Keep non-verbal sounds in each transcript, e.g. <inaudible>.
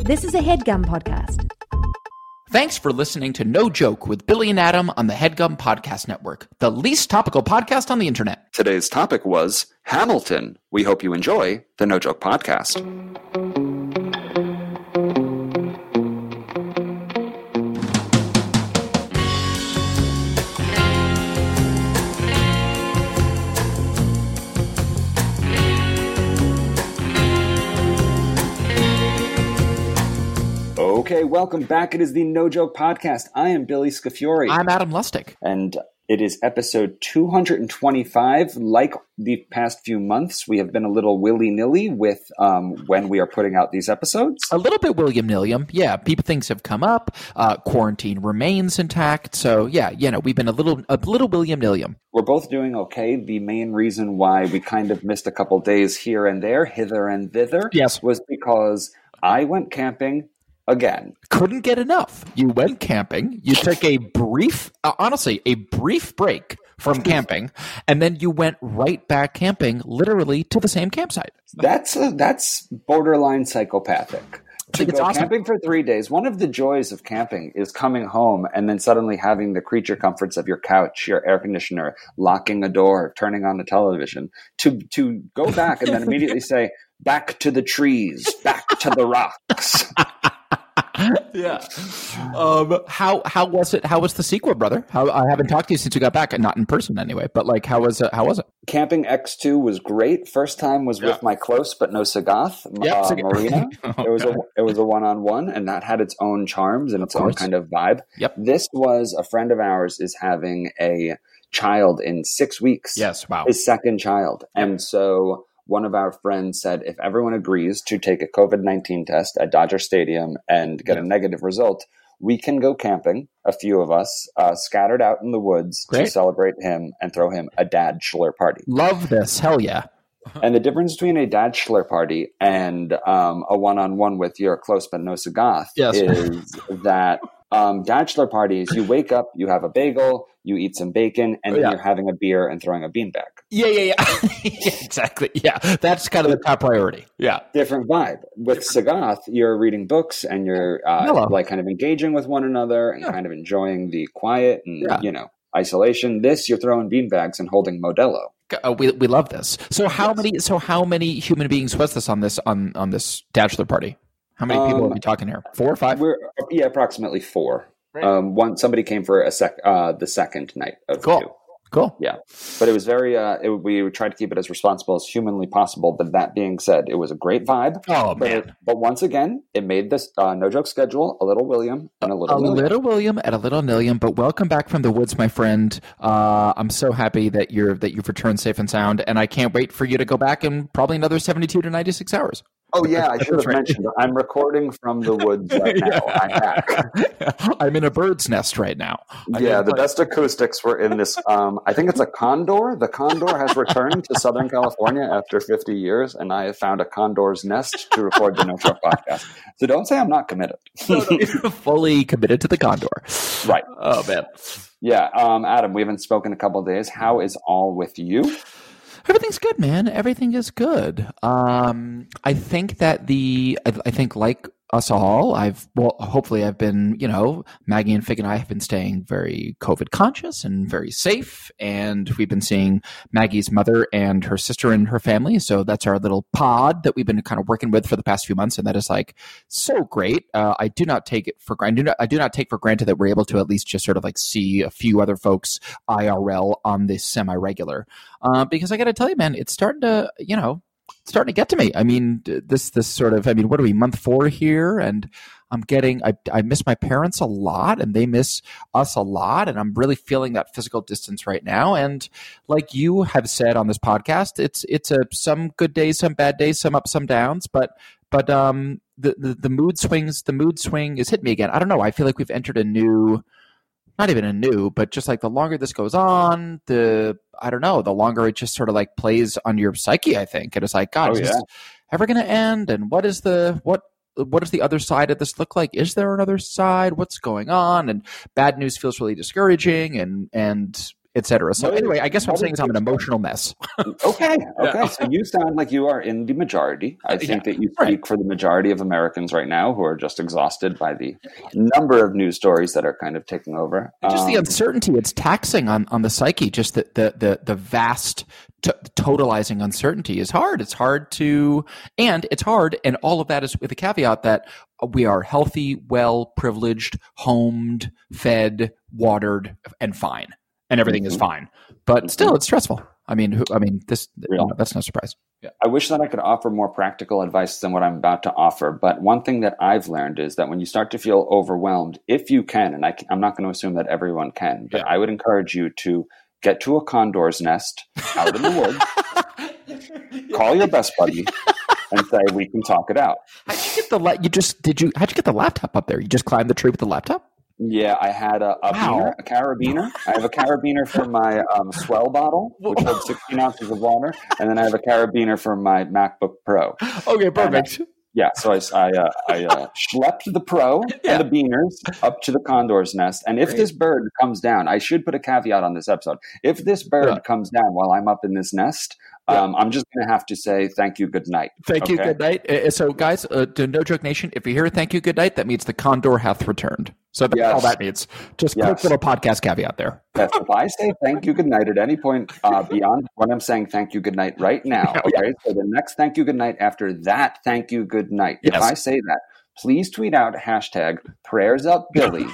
This is a headgum podcast. Thanks for listening to No Joke with Billy and Adam on the Headgum Podcast Network, the least topical podcast on the internet. Today's topic was Hamilton. We hope you enjoy the No Joke Podcast. Okay, welcome back. It is the No Joke Podcast. I am Billy Scafiori. I'm Adam Lustig. and it is episode 225. Like the past few months, we have been a little willy nilly with um, when we are putting out these episodes. A little bit William Nilliam. Yeah, people things have come up. Uh, quarantine remains intact. So yeah, you know, we've been a little a little William Nilliam. We're both doing okay. The main reason why we kind of missed a couple days here and there, hither and thither, Yes. was because I went camping again. Couldn't get enough. You went camping. You took a brief, uh, honestly, a brief break from camping, and then you went right back camping, literally to the same campsite. That's a, that's borderline psychopathic. I think To it's go awesome. Camping for three days. One of the joys of camping is coming home and then suddenly having the creature comforts of your couch, your air conditioner, locking a door, turning on the television. To to go back and then immediately <laughs> say, "Back to the trees, back to the rocks." yeah. <laughs> Um, how how was it? How was the sequel, brother? How I haven't talked to you since you got back, not in person anyway. But like, how was it? How was it? camping X two was great. First time was Yeah. with my close but no Sagath Yep, uh, Sagath. Marina. <laughs> Oh, it was a God. it was a one on one, and that had its own charms and its own course. kind of vibe. Yep. This was a friend of ours is having a child in six weeks. Yes. Wow. His second child, and so. One of our friends said, if everyone agrees to take a COVID 19 test at Dodger Stadium and get a Yes. negative result, we can go camping, a few of us, uh, scattered out in the woods to Great. celebrate him and throw him a dad schler party. Love this. Hell yeah. And the difference between a bachelor party and um, a one-on-one with your close but no sagath Yes. is that um, bachelor parties, you wake up, you have a bagel, you eat some bacon, and then Oh, Yeah. you're having a beer and throwing a beanbag. Yeah. Yeah. <laughs> Yeah. exactly. Yeah. That's kind of the top priority. Yeah. Different vibe. With sagath, you're reading books and you're uh, Mellow. like kind of engaging with one another and Yeah. kind of enjoying the quiet and Yeah. you know isolation. This, you're throwing beanbags and holding Modelo. Uh, we we love this. So how many? So how many human beings was this on this on on this bachelor party? How many people Um, are we talking here? Four or five? We're yeah, approximately four. Right. Um, one somebody came for a sec uh, the second night of Cool. two. Cool. but it was very uh it, we tried to keep it as responsible as humanly possible but that being said it was a great vibe Oh but, man. but once again it made this uh, no joke schedule a little william and a little, A William. little William and a little Nilliam, but welcome back from the woods, my friend. Uh, I'm so happy that you're that you've returned safe and sound, and I can't wait for you to go back in probably another 72 to 96 hours. <laughs> oh yeah i should have That's right. mentioned i'm recording from the <laughs> woods right now i'm back I'm in a bird's nest right now. I yeah mean, the best acoustics were in this um i think it's a condor the condor has returned to southern california after 50 years and i have found a condor's nest to record the no joke podcast so don't say i'm not committed fully committed to the condor. Right. Oh man, yeah um adam we haven't spoken in a couple of days how is all with you everything's good, man. Everything is good. Um, I think that the I, I think like us all, I've well, hopefully I've been you know Maggie and Fig and I have been staying very COVID conscious and very safe, and we've been seeing Maggie's mother and her sister and her family. So that's our little pod that we've been kind of working with for the past few months, and that is like so great. Uh, I do not take it for granted. I do not- I do not take for granted that we're able to at least just sort of like see a few other folks IRL on this semi regular. Uh, because I got to tell you, man, it's starting to you know it's starting to get to me. I mean, d- this this sort of I mean, what are we month four here and. I'm getting, I, I miss my parents a lot and they miss us a lot. And I'm really feeling that physical distance right now. And like you have said on this podcast, it's it's a some good days, some bad days, some ups, some downs. But but um, the, the the mood swings, the mood swing is hit me again. I don't know. I feel like we've entered a new, not even a new, but just like the longer this goes on, the I don't know, the longer it just sort of like plays on your psyche. I think and it's like, God, Oh, is yeah. this ever going to end? And what is the what? What does the other side of this look like? Is there another side? What's going on? And bad news feels really discouraging and and etc. So What is- anyway, I guess what I'm what saying is is I'm an the- emotional mess. Okay. Yeah. Okay. So you sound like you are in the majority. I think that you speak Right. for the majority of Americans right now who are just exhausted by the number of news stories that are kind of taking over. just the Um, uncertainty it's taxing on, on the psyche just the the the, the vast t- totalizing uncertainty is hard it's hard to and it's hard and all of that is with the caveat that we are healthy well privileged homed fed watered and fine and everything is Mhm. fine but still it's stressful i mean who, i mean this Real. no, that's no surprise I wish that I could offer more practical advice than what I'm about to offer. But one thing that I've learned is that when you start to feel overwhelmed, if you can, and I, am not going to assume that everyone can, but Yeah. I would encourage you to get to a condor's nest out in the woods, <laughs> call your best buddy, and say, We can talk it out. how'd you get the la- you just did you how'd you get the laptop up there you just climbed the tree with the laptop Yeah, I had a, Wow. a beaner, a carabiner. I have a carabiner for my um, swell bottle, which holds 16 ounces of water, and then I have a carabiner for my MacBook Pro. okay perfect. Yeah, so I I, uh, <laughs> I uh, schlepped the pro Yeah. and the beaners up to the condor's nest. And if Great. this bird comes down, I should put a caveat on this episode. If this bird Yeah. comes down while I'm up in this nest, um, I'm just going to have to say thank you, good night. Thank you. Okay. Good night. Uh, uh, So, guys, uh, to No Joke Nation, if you hear "Thank you, good night," that means the condor hath returned. So that's Yes. all that means. Just Yes. quick little podcast caveat there. That's if I say thank you, good night at any point uh, beyond what I'm saying, thank you, good night right now. <laughs> Yeah, Okay, so the next thank you, good night after that, thank you, good night. If Yes. I say that, please tweet out hashtag prayers up <laughs> Billy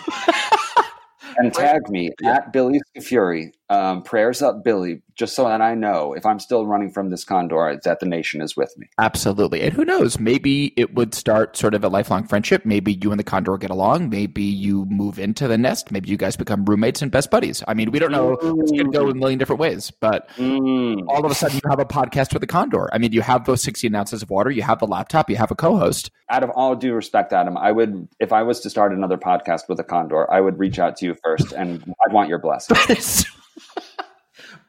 and tag me at Billy Fury, um, prayers up Billy, just so that I know if I'm still running from this condor that the nation is with me. Absolutely. And who knows? Maybe it would start sort of a lifelong friendship. Maybe you and the condor get along. Maybe you move into the nest. Maybe you guys become roommates and best buddies. I mean, we don't know. It's going to go a million different ways, but Mm. all of a sudden you have a podcast with a condor. I mean, you have those 16 ounces of water, you have the laptop, you have a co host. out of all due respect, Adam, I would, if I was to start another podcast with a condor, I would reach out to you first and I'd want your blessing. <laughs>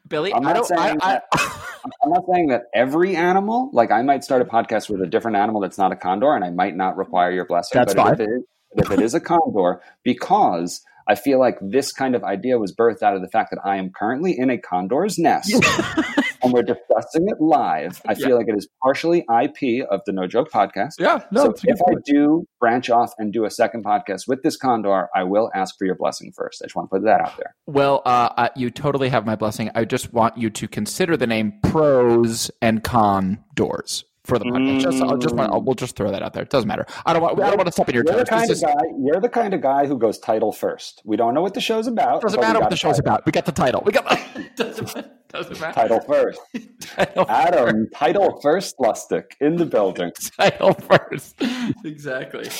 Billy, I'm I not don't. I, saying I, that- I'm not saying that every animal, like I might start a podcast with a different animal that's not a condor and I might not require your blessing. That's If it, is, if it is a condor, because I feel like this kind of idea was birthed out of the fact that I am currently in a condor's <laughs> nest and we're discussing it live. I feel Yeah. like it is partially IP of the No Joke podcast. <laughs> yeah, no. so it's a good if I point. do branch off and do a second podcast with this condor, I will ask for your blessing first. I just want to put that out there. Well, uh, uh, you totally have my blessing. I just want you to consider the name pros and con doors for the podcast. Just, I'll just want, I'll, we'll just throw that out there. It doesn't matter. I don't want. I don't want to step on your You're the toes. kind This of is, guy. You're the kind of guy who goes title first. We don't know what the show's about. doesn't but we matter what got the a show's title. about. We got the title. We <laughs> got. <laughs> doesn't, doesn't matter. Title first, <laughs> Title, Adam. title first, Lustick in the building. <laughs> title first. exactly.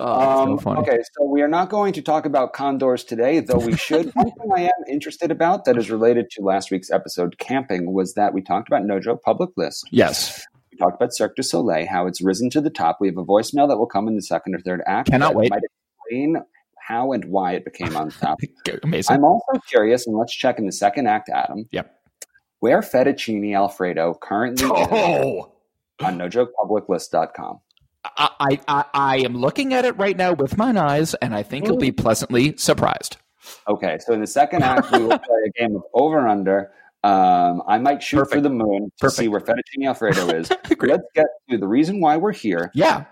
Oh, Um, so funny. okay, so we are not going to talk about condors today, though we should. <laughs> One thing I am interested about that is related to last week's episode, camping, was that we talked about Nojo Public List. Yes. We talked about Cirque du Soleil, how it's risen to the top. We have a voicemail that will come in the second or third act. Cannot that wait. Might explain how and why it became on top. Okay, Amazing. I'm also curious, and let's check in the second act, Adam. Yep. Where fettuccine alfredo <laughs> currently is oh. on nojokepubliclist.com. I, I, I am looking at it right now with mine eyes, and I think Hmm. you'll be pleasantly surprised. Okay, so in the second act, we will play a game of over and under. Um, I might shoot for Perfect. the moon to Perfect. see where fettuccine alfredo is. <laughs> Great. let's get to the reason why we're here. Yeah.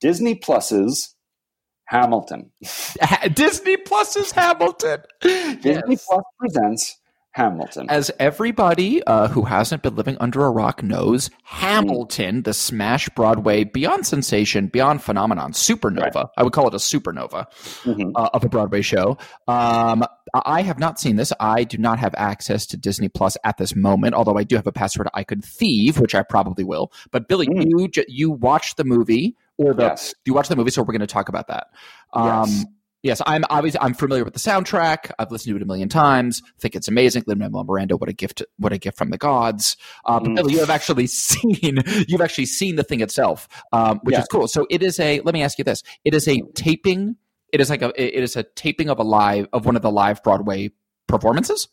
Disney Plus's Hamilton. Ha- Disney Plus is Hamilton. Disney Yes. Plus presents Hamilton. As everybody uh, who hasn't been living under a rock knows, Hamilton, the smash Broadway, beyond sensation, beyond phenomenon, supernova, I would call it a supernova Mhm. uh, of a Broadway show. Um, I- I have not seen this. I do not have access to Disney Plus at this moment, although I do have a password I could thieve, which I probably will. But Billy, Mm. you, ju- you watched the movie, or the Yes. you watch the movie, so we're going to talk about that. Um, Yes. yes. I'm obviously I'm familiar with the soundtrack. I've listened to it a million times. Think it's amazing. Lin Manuel Miranda, what a gift! What a gift from the gods. Uh, but Mm. Billy, you have actually <laughs> seen you've actually seen the thing itself, um, which Yes. is cool. So it is a. Let me ask you this: it is a taping. It is like a. It is a taping of a live of one of the live Broadway performances.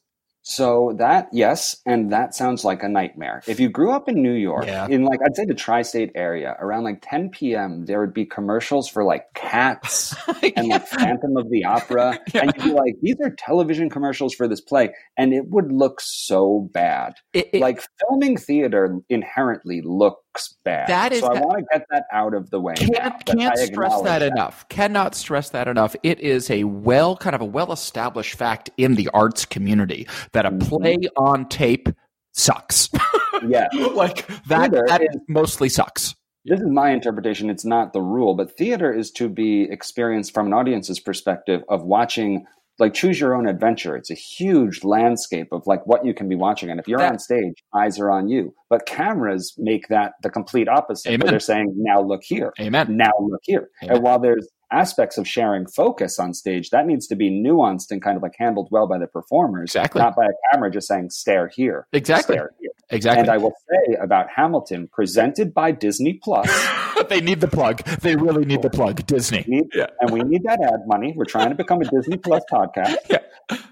So that yes, and that sounds like a nightmare. If you grew up in New York, Yeah. in like I'd say the tri-state area, around like 10 p.m., there would be commercials for like <laughs> cats <laughs> and like Phantom of the Opera, and you'd be like, these are television commercials for this play, and it would look so bad. It- it- like filming theater inherently looks bad. That is so I that- want to get that out of the way. now, can't that I can't stress acknowledge that, enough. Cannot stress that enough. It is a well kind of a well established fact in the arts community that a Mhm. play on tape sucks. <laughs> Yeah, like that Theater that is- mostly sucks. this is my interpretation. It's not the rule, but theater is to be experienced from an audience's perspective of watching. Like choose your own adventure. It's a huge landscape of like what you can be watching, and if you're That- on stage, eyes are on you. But cameras make that the complete opposite. Amen. Where they're saying, "Now look here." Amen. now look here. Yeah. And while there's aspects of sharing focus on stage, that needs to be nuanced and kind of like handled well by the performers, Exactly. not by a camera just saying stare here. Exactly. Stare here. And Exactly. I will say about Hamilton, presented by Disney Plus, <laughs> they need the plug. They really need the plug. Disney. we need- Yeah. and we need that ad money. We're trying to become a Disney Plus podcast. <laughs> Yeah.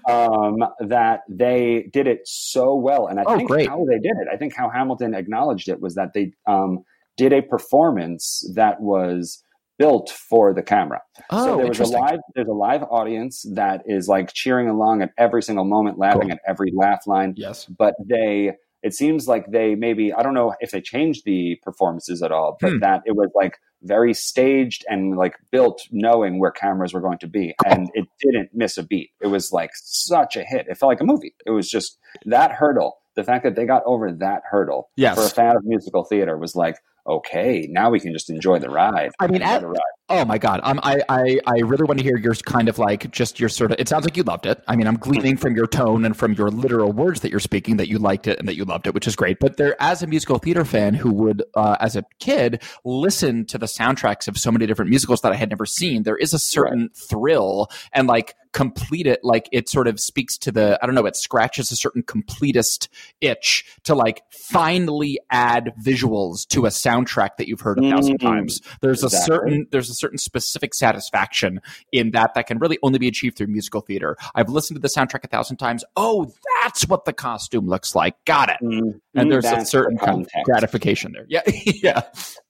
Um, that they did it so well, and I Oh, think great. how they did it. I think how Hamilton acknowledged it was that they um, did a performance that was built for the camera. Oh, so there was a interesting. live there's a live audience that is like cheering along at every single moment, laughing Cool. at every laugh line. Yes. But they it seems like they maybe I don't know if they changed the performances at all, but Hmm. that it was like very staged and like built knowing where cameras were going to be and it didn't miss a beat. It was like such a hit. It felt like a movie. It was just that hurdle. The fact that they got over that hurdle Yes. for a fan of musical theater was like, okay, now we can just enjoy the ride. I mean, Enjoy at- the ride. Oh my God. Um, I, I, I really want to hear your kind of like just your sort of. It sounds like you loved it. I mean, I'm gleaning from your tone and from your literal words that you're speaking that you liked it and that you loved it, which is great. But there, as a musical theater fan who would, uh, as a kid, listen to the soundtracks of so many different musicals that I had never seen, there is a certain thrill and like complete it. Like it sort of speaks to the, I don't know, it scratches a certain completist itch to like finally add visuals to a soundtrack that you've heard a thousand Mm. times. There's a Exactly. certain there's a certain specific satisfaction in that that can really only be achieved through musical theater. I've listened to the soundtrack a thousand times. Oh, that's what the costume looks like. Got it. Mm, And there's a that's certain the kind of context. gratification there. Yeah, <laughs> yeah.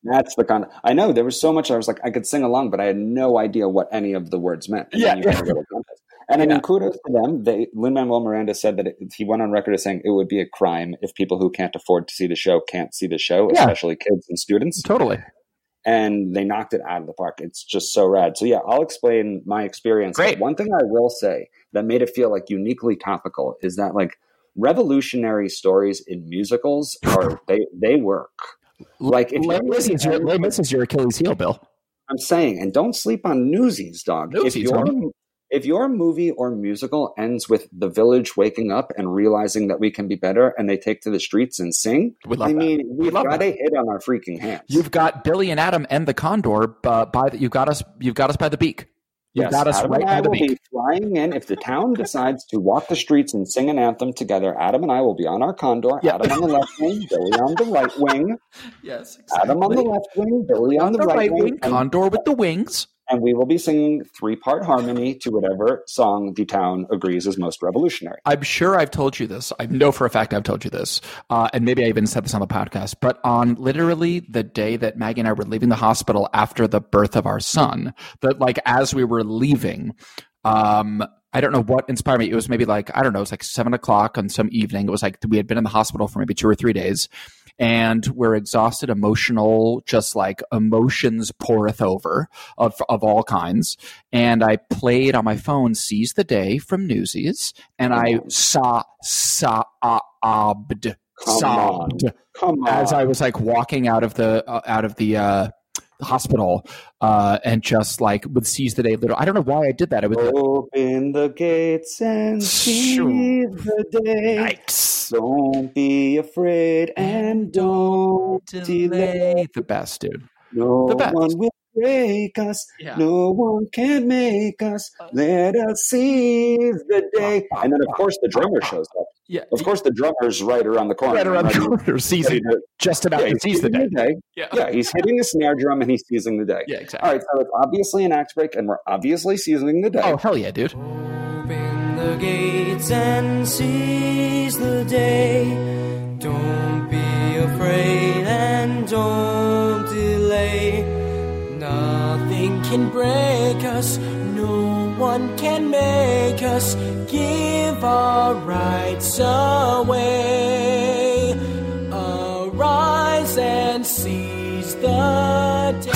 That's the kind. I know there was so much. I was like, I could sing along, but I had no idea what any of the words meant. And then Yeah. you had a little context. And I Yeah. mean, kudos to them. They Lin Manuel Miranda said that it, he went on record as saying it would be a crime if people who can't afford to see the show can't see the show, Yeah. especially kids and students. Totally. And they knocked it out of the park. It's just so rad. So yeah, I'll explain my experience. Great. But One thing I will say that made it feel like uniquely topical is that like revolutionary stories in musicals are they they work. Like, if Les you're Mis is your, looking- Les Mis is your Achilles heel, Bill. I'm saying, and don't sleep on Newsies, dog. Newsies, if your homie. if your movie or musical ends with the village waking up and realizing that we can be better, and they take to the streets and sing, We love I that. mean, we've love got a hit on our freaking hands. You've got Billy and Adam and the Condor uh, by the, you've got us you've got us by the beak. You've Yes, got us Adam right and I by the will beak. be flying in. If the town decides to walk the streets and sing an anthem together, Adam and I will be on our condor. Yeah. Adam on the left wing, Billy on the right wing. yes, Adam on the left wing, Billy on the, right, wing. and Condor with the wings. and we will be singing three part harmony to whatever song the town agrees is most revolutionary. I'm sure I've told you this. I know for a fact I've told you this. Uh, and maybe I even said this on the podcast, but on literally the day that Maggie and I were leaving the hospital after the birth of our son, that like as we were leaving, um, I don't know what inspired me. It was maybe like, I don't know, it was like seven o'clock on some evening. It was like we had been in the hospital for maybe two or three days and we're exhausted, emotional, just like emotions poureth over of, of all kinds. And I played on my phone Seize the Day from Newsies and I saw, saw, sobbed, Come on. sobbed Come on. as I was like walking out of the uh, out of the uh, hospital uh, and just like would seize the day. Little, I don't know why I did that. It was Oh, Open the gates and see Shoo. the day. yikes. Don't be afraid and don't delay. The best, dude. No The best. one will break us. Yeah. Uh. No one can make us. Let us seize the day. And then, of course, the drummer shows up. Yeah. Of course, the drummer's right around the corner. Right around the Ready- corner, ready seizing to- just about Yeah, to he's seize the seizing day. the day. Yeah, Yeah, he's hitting the snare drum and he's seizing the day. yeah, exactly. All right, so it's obviously an act break, and we're obviously seizing the day. Oh hell yeah, dude! Open the the gates and seize the day. Don't be afraid and don't delay. Nothing can break us, no one can make us give our rights away. Arise and seize the day.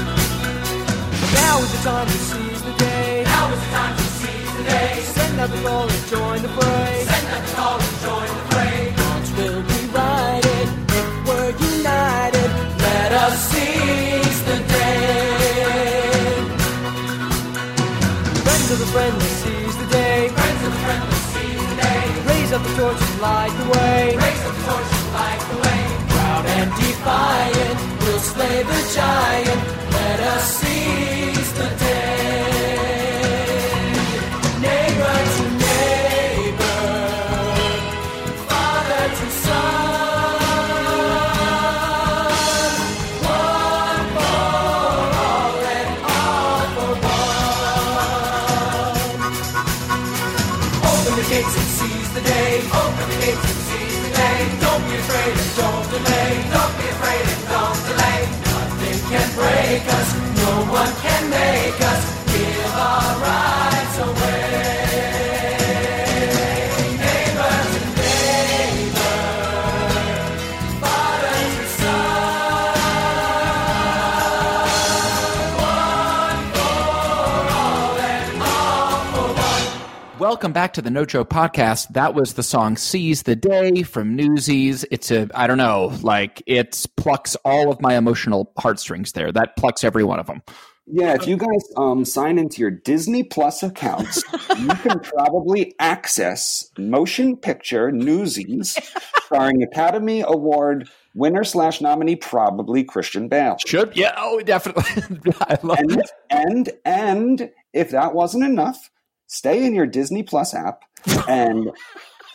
Now is the time to seize the day. Now is the time to seize the day. Send out the call and join the fray. Send out the call and join the fray. Wrongs will be righted if we're united. Let us seize the day. Friends of the friendly seize the day. Friends of the friendly seize the day. Raise up the torch and light the way. Raise up the torch and light the way. Proud and defiant, we'll slay the giant. Let us seize the day. Neighbor to neighbor, father to son. One for all and all for one. Open the gates and seize the day. Open the gates and seize the day. Don't be afraid and don't delay. Don't be afraid and don't delay. Nothing can break us. No one can make us give our rights away. Neighbor to neighbor, father to son. Welcome back to the No Joe podcast. That was the song Seize the Day from Newsies. It's a, I don't know, like it plucks all of my emotional heartstrings there. That plucks every one of them. Yeah, if you guys um, sign into your Disney Plus accounts, you can probably access motion picture Newsies, starring Academy Award winner slash nominee, probably Christian Bale. Should, yeah, oh, definitely. <laughs> I love And it. and and if that wasn't enough, stay in your Disney Plus app and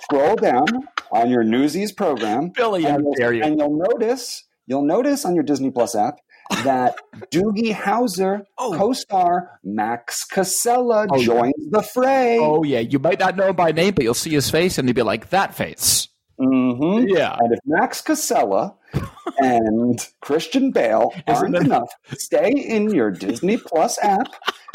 scroll down on your Newsies program. Billy, how and, dare you. and you'll notice you'll notice on your Disney Plus app that Doogie Howser Oh. co-star Max Casella Oh, yeah. joins the fray. Oh, yeah. You might not know him by name, but you'll see his face and you'll be like, that face. hmm Yeah. And if Max Casella and Christian Bale <laughs> Isn't aren't that- enough, stay in your Disney Plus app,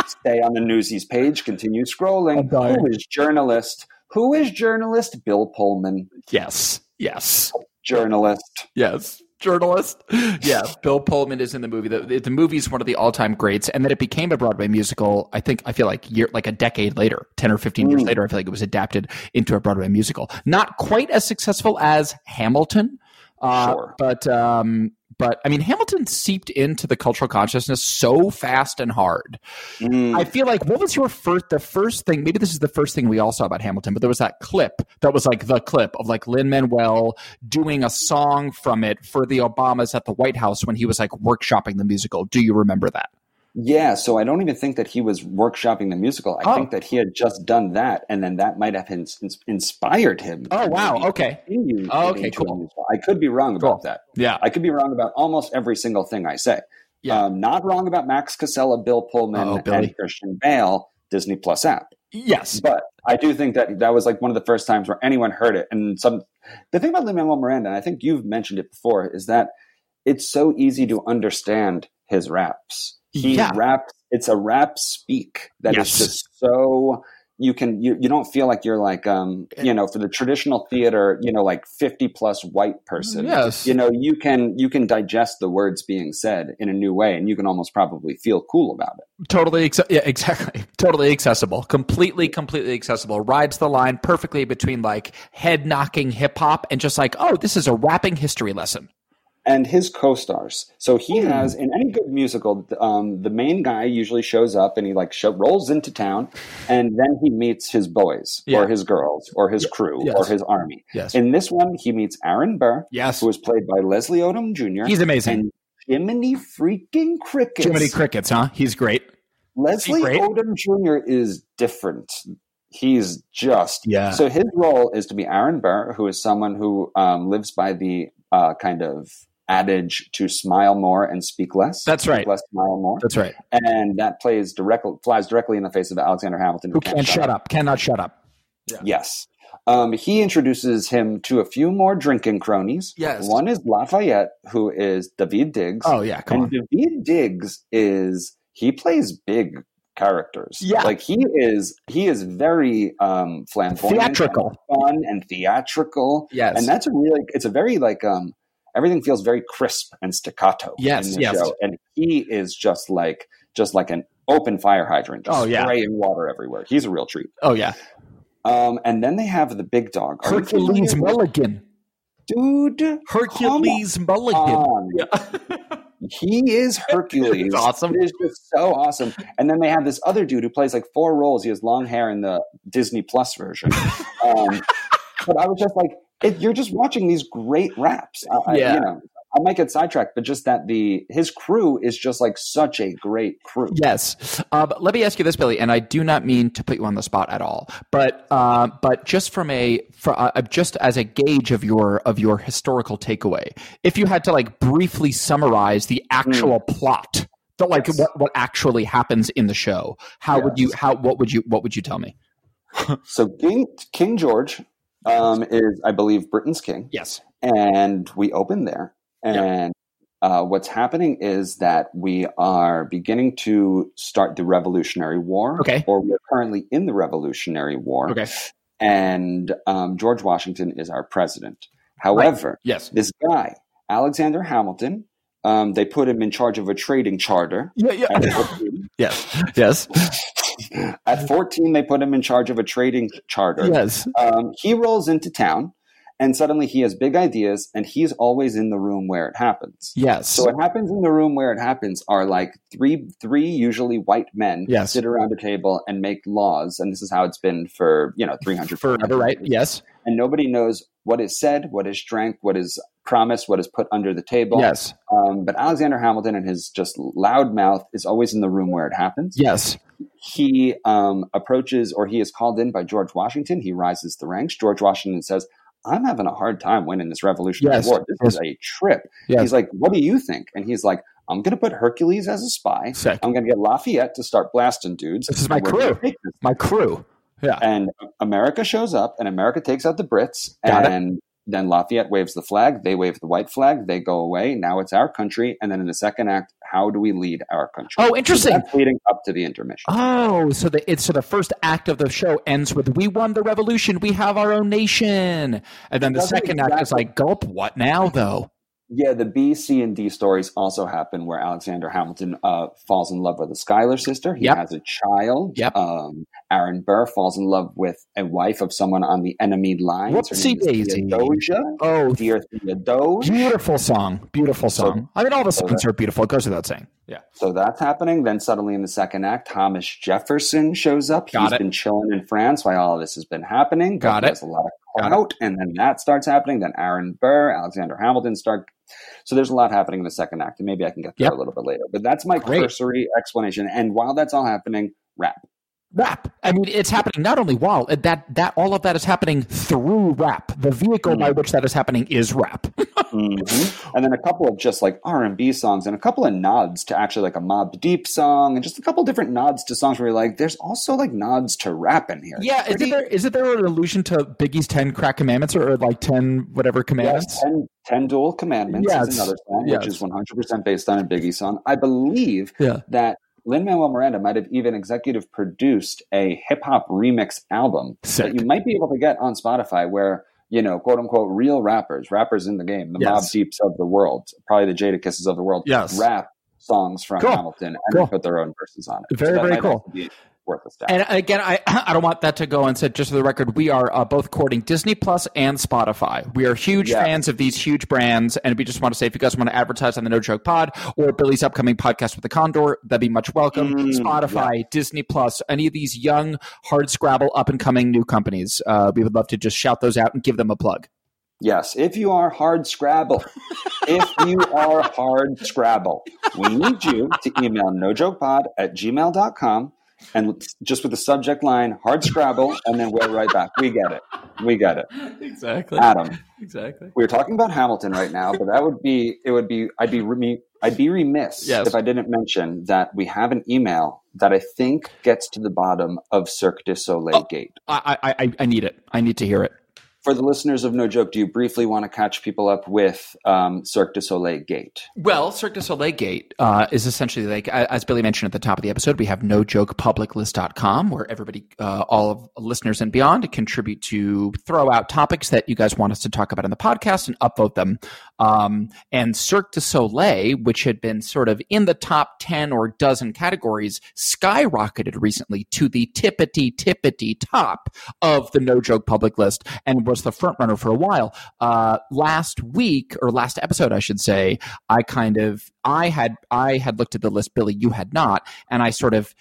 stay on the Newsies page, continue I'm scrolling. dying. Who is journalist? Who is journalist? Bill Pullman, Yes. Yes. journalist. Yes. Journalist. Yes. Bill Pullman is in the movie. The, the movie is one of the all time greats. And then it became a Broadway musical. I think, I feel like year, like a decade later, 10 or 15 years Mm. later, I feel like it was adapted into a Broadway musical. Not quite as successful as Hamilton. Uh, Sure. But, um, but I mean, Hamilton seeped into the cultural consciousness so fast and hard Mm. I feel like what was your first the first thing maybe this is the first thing we all saw about Hamilton, but there was that clip that was like the clip of like Lin Manuel doing a song from it for the Obamas at the White House when he was like workshopping the musical. Do you remember that? Yeah, so I don't even think that he was workshopping the musical. I Oh. think that he had just done that, and then that might have ins- ins- inspired him. Oh, to wow, maybe okay. continue Oh, okay, into a cool. musical. I could be wrong about Cool. that. Yeah. I could be wrong about almost every single thing I say. Yeah. Um, not wrong about Max Casella, Bill Pullman, Uh-oh, Billy. and Christian Bale, Disney Plus app. Yes. But I do think that that was like one of the first times where anyone heard it. And some the thing about Lin Manuel Miranda, and I think you've mentioned it before, is that it's so easy to understand his raps. He Yeah. raps. It's a rap speak that is Yes. just so you can you, you don't feel like you're like um you know for the traditional theater you know like 50 plus white person Yes. you know you can you can digest the words being said in a new way and you can almost probably feel cool about it Totally ex- yeah, exactly. <laughs> Totally accessible. Completely, completely accessible. Rides the line perfectly between like head knocking hip hop and just like, oh, this is a rapping history lesson. and his co-stars. So he Hmm. has in any good musical, um, the main guy usually shows up and he like show, rolls into town, and then he meets his boys Yeah. or his girls or his crew Yes. or his army. Yes. In this one, he meets Aaron Burr, Yes. who is played by Leslie Odom Jr. He's amazing. and Jiminy freaking Crickets. Jiminy Crickets, huh? He's great. Leslie great? Odom Jr. is different. He's just Yeah. So his role is to be Aaron Burr, who is someone who um, lives by the uh, kind of adage to smile more and speak less. That's Speak right. less, smile more. That's right. and that plays directly flies directly in the face of Alexander Hamilton. Who can't shut up? Cannot shut up. Yes. Um, he introduces him to a few more drinking cronies. Yes. One is Lafayette, who is David Diggs. Oh yeah, come and on. David Diggs is he plays big characters. Yeah. Like he is he is very um flamboyant and Theatrical. fun and theatrical. Yes. And that's a really it's a very like um everything feels very crisp and staccato Yes, in the yes. show. And he is just like just like an open fire hydrant, just Oh, yeah. spraying water everywhere. He's a real treat. oh yeah. Um, and then they have the big dog. Are you Hercules familiar Mulligan. with- dude. Hercules Mulligan. Um, he is Hercules. <laughs> It's awesome. It is just so awesome. And then they have this other dude who plays like four roles. He has long hair in the Disney <laughs> Plus version. um, but I was just like, it, you're just watching these great raps. I, I, Yeah. you know, I might get sidetracked, but just that the his crew is just like such a great crew. Yes. Uh, but let me ask you this, Billy, and I do not mean to put you on the spot at all, but uh, but just from a for, uh, just as a gauge of your of your historical takeaway, if you had to like briefly summarize the actual plot, the like Hmm. Yes. what, what actually happens in the show, how would you Yes. how what would you what would you tell me? So King King George um, is, I believe, Britain's king. Yes. and we open there and uh, what's happening is that we are beginning to start the revolutionary war Okay. or we're currently in the revolutionary war Okay. and um, george washington is our president however Yes. this guy alexander hamilton um, they put him in charge of a trading charter Yeah, yeah. at 14, yes. Yes. <laughs> at 14 they put him in charge of a trading charter Yes. um, he rolls into town and suddenly he has big ideas and he's always in the room where it happens Yes. so what happens in the room where it happens are like three three usually white men Yes. sit around a table and make laws and this is how it's been for you know 300 Forever, right? Yes. and nobody knows what is said what is drank what is promised what is put under the table Yes. um, but alexander hamilton and his just loud mouth is always in the room where it happens Yes. he um, approaches or he is called in by George Washington. He rises the ranks. George Washington says, I'm having a hard time winning this Revolutionary Yes, War. This yes. is a trip. Yes. He's like, What do you think? And he's like, I'm going to put Hercules as a spy. Sick. I'm going to get Lafayette to start blasting dudes. This is my And we're gonna crew. take this." My crew. Yeah. And America shows up and America takes out the Brits. Got it. and then Lafayette waves the flag. They wave the white flag. They go away. Now it's our country. And then in the second act, how do we lead our country? Oh, interesting. That's leading up to the intermission. Oh, so the it's so the first act of the show ends with "We won the revolution, we have our own nation," and then the Doesn't second act is exactly- like, "Gulp, what now?" Though Yeah, the B, C, and D stories also happen where Alexander Hamilton uh, falls in love with a Schuyler sister. He Yep. has a child. Yep. Um, Aaron Burr falls in love with a wife of someone on the enemy lines. Her Whoopsie name is daisy. Theodosia. oh, Dear Theodosia. beautiful song, beautiful song. I mean, all the songs are beautiful. It goes without saying. Yeah, So that's happening. Then suddenly in the second act, Thomas Jefferson shows up. He's Got it. been chilling in France while all this has been happening. but Got he it. has a lot of Got clout, and then that starts happening. Then Aaron Burr, Alexander Hamilton start. So there's a lot happening in the second act, and maybe I can get there Yep. a little bit later. But that's my Great. cursory explanation. And while that's all happening, rap. rap. I mean, it's happening not only while uh, that that all of that is happening through rap. The vehicle Hmm. by which that is happening is rap. Mm-hmm. Mhm. <laughs> And then a couple of just like R and B songs, and a couple of nods to actually like a Mob Deep song, and just a couple different nods to songs where you're like, there's also like nods to rap in here. yeah, is it there is it there an allusion to Biggie's ten crack commandments or, or like ten whatever commandments? Yes, 10, 10 Dual Commandments Yes. is another song, Yes. which is 100% based on a Biggie song. I believe Yeah. that Lin Manuel Miranda might have even executive produced a hip hop remix album Sick. that you might be able to get on Spotify where, you know, quote unquote, real rappers, rappers in the game, the Mob Yes. Deeps of the world, probably the Jada Kisses of the world, Yes. rap songs from Cool. Hamilton and Cool. they put their own verses on it. Very, that very might cool. also be Worth a stab. And uh, again, I <clears throat> I don't want that to go unsaid. Just for the record, we are uh, both courting Disney Plus and Spotify. We are huge Yeah. fans of these huge brands, and we just want to say if you guys want to advertise on the No Joke Pod or Billy's upcoming podcast with the Condor, that'd be much welcome. Mm, Spotify, Disney Plus, any of these young, hard scrabble, up and coming new companies, uh, we would love to just shout those out and give them a plug. Yes, if you are hard Scrabble, if you are hard Scrabble, we need you to email nojokepod at gmail.com and just with the subject line hard scrabble and then we're right back we get it we get it Exactly. adam Exactly. we are talking about hamilton right now but that would be it would be i'd be remi- i'd be remiss Yes. if i didn't mention that we have an email that i think gets to the bottom of cirque du soleil Oh. gate I, I, I- I need it. I need to hear it. for the listeners of no joke do you briefly want to catch people up with um, cirque du soleil gate Well, Cirque du Soleil Gate uh, is essentially like, a- as Billy mentioned at the top of the episode, we have nojokepubliclist.com where everybody, uh, all of listeners and beyond, contribute to throw out topics that you guys want us to talk about in the podcast and upvote them. Um, and Cirque du Soleil, which had been sort of in the top 10 or dozen categories, skyrocketed recently to the tippity, tippity top of the No Joke public list and was the front runner for a while. Uh, last week, or last episode, I should say, I kind of I had I had looked at the list, Billy, you had not, and I sort of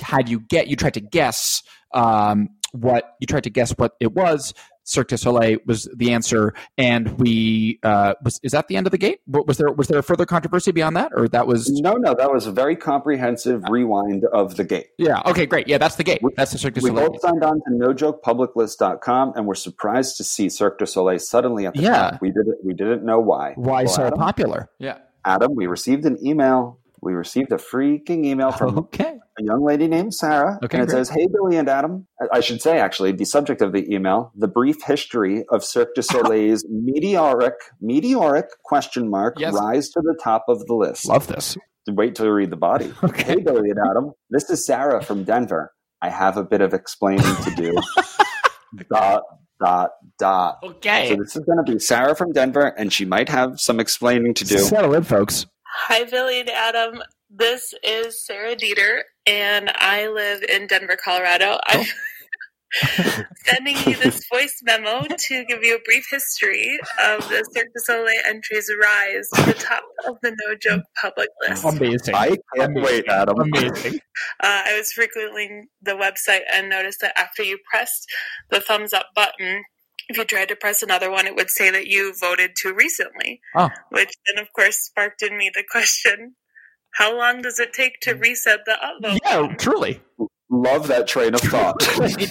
had you get you tried to guess um, what you tried to guess what it was. Cirque du Soleil was the answer, and we uh, was is that the end of the gate? Wa- Was there was there further controversy beyond that, or that was no no that was a very comprehensive rewind of the gate yeah? Okay, great, yeah, that's the gate. That's the Cirque du we Soleil. both signed on to nojokepubliclist.com and we're surprised to see Cirque du Soleil suddenly at the Yeah. top. We didn't we didn't know why. Why Well, so Adam, popular? Yeah. Adam, we received an email. We received a freaking email from Okay. a young lady named Sarah. Okay, and it great. says, Hey Billy and Adam. I- I should say actually the subject of the email, the brief history of Cirque du Soleil's meteoric meteoric question mark Yes. rise to the top of the list Love this. wait till you read the body. <laughs> Okay. Hey, Billy and Adam, this is Sarah from Denver. I have a bit of explaining to <laughs> do. dot, dot, dot. So Okay. this is going to be Sarah from Denver, and she might have some explaining to do. Settle in, folks. Hi, Billy and Adam. This is Sarah Dieter, and I live in Denver, Colorado. I'm <laughs> sending you this voice memo to give you a brief history of the Cirque du Soleil entries rise to the top of the No Joke public list. Uh, Amazing. I can't wait, Adam. Amazing. I was frequenting the website and noticed that after you pressed the thumbs up button, if you tried to press another one, it would say that you voted too recently Oh. which then of course sparked in me the question how long does it take to reset the upvote <laughs> Yeah, truly. <laughs> Love that train of thought.